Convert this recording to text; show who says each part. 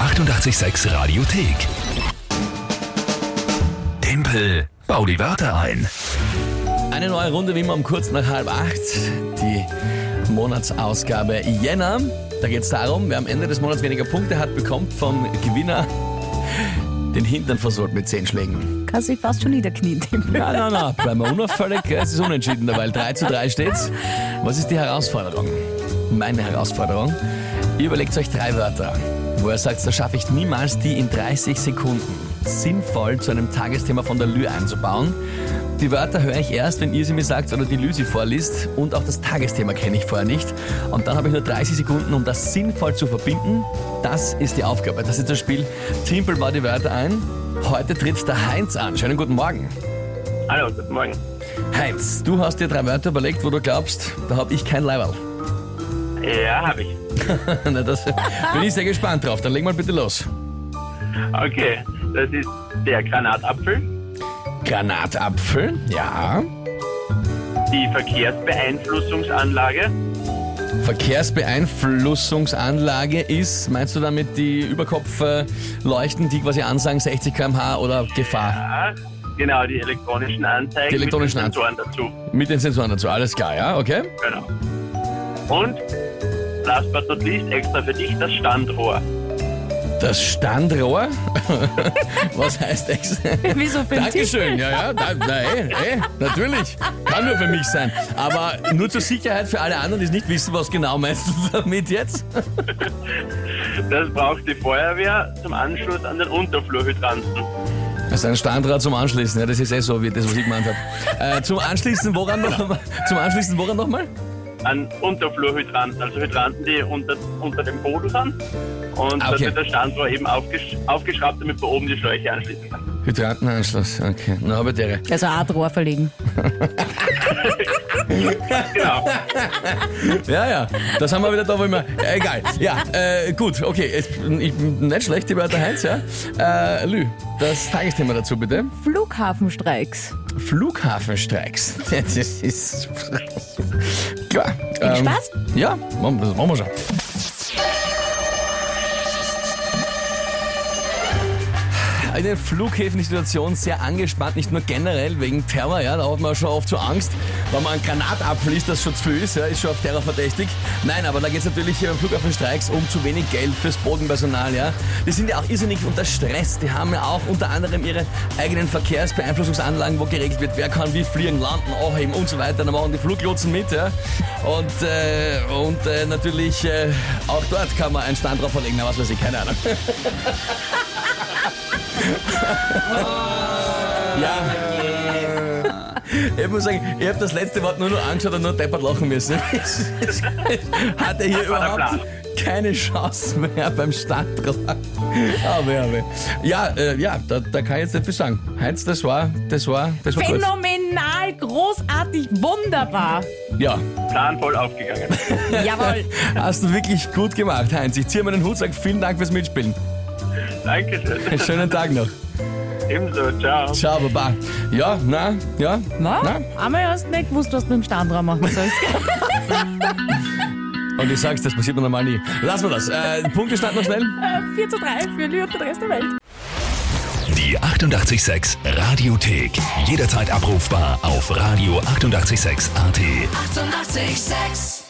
Speaker 1: 886 Radiothek. Tempel, bau die Wörter ein.
Speaker 2: Eine neue Runde, wie immer um kurz nach halb acht. Die Monatsausgabe Jänner. Da geht es darum, wer am Ende des Monats weniger Punkte hat, bekommt vom Gewinner den Hintern versorgt mit zehn Schlägen.
Speaker 3: Kannst dich fast schon niederknien, Tempel.
Speaker 2: Nein, nein, nein, bleiben wir unauffällig. Es ist unentschieden dabei. 3 zu 3 steht's. Was ist die Herausforderung? Meine Herausforderung. Ihr überlegt euch drei Wörter, wo ihr sagt, da schaffe ich niemals, die in 30 Sekunden sinnvoll zu einem Tagesthema von der Lü einzubauen. Die Wörter höre ich erst, wenn ihr sie mir sagt oder die Lü sie vorliest. Und auch das Tagesthema kenne ich vorher nicht. Und dann habe ich nur 30 Sekunden, um das sinnvoll zu verbinden. Das ist die Aufgabe. Das ist das Spiel. Timpel war die Wörter ein. Heute tritt der Heinz an. Schönen guten Morgen.
Speaker 4: Hallo, guten Morgen.
Speaker 2: Heinz, du hast dir drei Wörter überlegt, wo du glaubst, da habe ich kein Leiberl.
Speaker 4: Ja, habe ich.
Speaker 2: Na, das bin ich sehr gespannt drauf. Dann leg mal bitte los.
Speaker 4: Okay, das ist der Granatapfel,
Speaker 2: Granatapfel, ja.
Speaker 4: die Verkehrsbeeinflussungsanlage,
Speaker 2: Verkehrsbeeinflussungsanlage ist, meinst du damit die Überkopfleuchten, die quasi ansagen 60 km/h oder Gefahr
Speaker 4: ja, genau, die elektronischen Anzeigen
Speaker 2: Die elektronischen
Speaker 4: mit den Sensoren dazu.
Speaker 2: mit den Sensoren dazu? Alles klar, ja, okay.
Speaker 4: Genau. Und last but not least, extra für dich, das Standrohr.
Speaker 2: Das Standrohr, was heißt das?
Speaker 3: Wieso für den Tisch?
Speaker 2: Dankeschön, ja, ja, da, na, ey, ey, natürlich. Kann nur für mich sein. Aber nur zur Sicherheit für alle anderen, die es nicht wissen, was genau meinst du damit jetzt?
Speaker 4: Das braucht die Feuerwehr zum Anschluss an den Unterflurhydranten.
Speaker 2: Das ist ein Standrat zum Anschließen, ja, das ist eh so, wie das, was ich gemeint habe. Äh, zum Anschließen, woran nochmal? Zum Anschließen, woran nochmal?
Speaker 4: An Unterflurhydranten, also Hydranten, die unter, unter dem Boden sind. Und
Speaker 2: Ah,
Speaker 4: das
Speaker 2: okay.
Speaker 4: wird das Standrohr eben aufgesch aufgeschraubt, damit man oben die Schläuche anschließen kann.
Speaker 2: Hydrantenanschluss, okay. Na, aber der.
Speaker 3: Also auch Rohr verlegen.
Speaker 4: Genau.
Speaker 2: Ja, ja, das haben wir wieder da, wo immer. Ja, egal. Ja, äh, gut, okay. Es- Ich, nicht schlecht, die Wörter Heinz, ja. Äh, Lü, das Tagesthema dazu bitte.
Speaker 3: Flughafenstreiks.
Speaker 2: Flughafenstreiks. Das ist. Klar. ähm,
Speaker 3: Spaß?
Speaker 2: Ja, machen das machen wir schon. In den Flughäfen die Situation sehr angespannt, nicht nur generell wegen Terror, ja, da hat man schon oft so Angst, wenn man einen Granatapfel ist, das schon zu viel ist, ja, ist schon auf Terror verdächtig. Nein, aber da geht es natürlich hier beim Flughafen Streiks um zu wenig Geld fürs Bodenpersonal, ja. Die sind ja auch irrsinnig unter Stress, die haben ja auch unter anderem ihre eigenen Verkehrsbeeinflussungsanlagen, wo geregelt wird, wer kann wie fliegen, landen, aufheben und so weiter, dann machen die Fluglotsen mit, ja. Und, äh, und äh, natürlich, äh, auch dort kann man einen Stand drauf verlegen, na, was weiß ich, keine Ahnung. Ja. Ich muss sagen, ich habe das letzte Wort nur noch angeschaut und nur deppert lachen müssen. Hat er hier überhaupt
Speaker 4: Plan.
Speaker 2: keine Chance mehr beim Standdrauf. Aber, aber. Ja, äh, ja da, da kann ich jetzt nicht viel sagen. Heinz, das war, das war, das war gut.
Speaker 3: Phänomenal, großartig, wunderbar.
Speaker 2: Ja,
Speaker 4: Plan voll aufgegangen.
Speaker 3: Jawohl.
Speaker 2: hast du wirklich gut gemacht, Heinz. Ich ziehe meinen Hut, sag vielen Dank fürs Mitspielen.
Speaker 4: Dankeschön.
Speaker 2: Einen schönen Tag noch.
Speaker 4: Ebenso, ciao.
Speaker 2: Ciao, Baba. Ja, na, ja,
Speaker 3: Na? Einmal hast du nicht gewusst, was du mit dem Standrohr machen sollst.
Speaker 2: Und ich sag's, das passiert mir normal nie. Lassen wir das. Äh, Punktestand noch schnell.
Speaker 3: 4 zu 3 für Lyon und den Rest der Welt.
Speaker 1: Die 886 Radiothek. Jederzeit abrufbar auf radio886.at. 886! 886.
Speaker 5: 886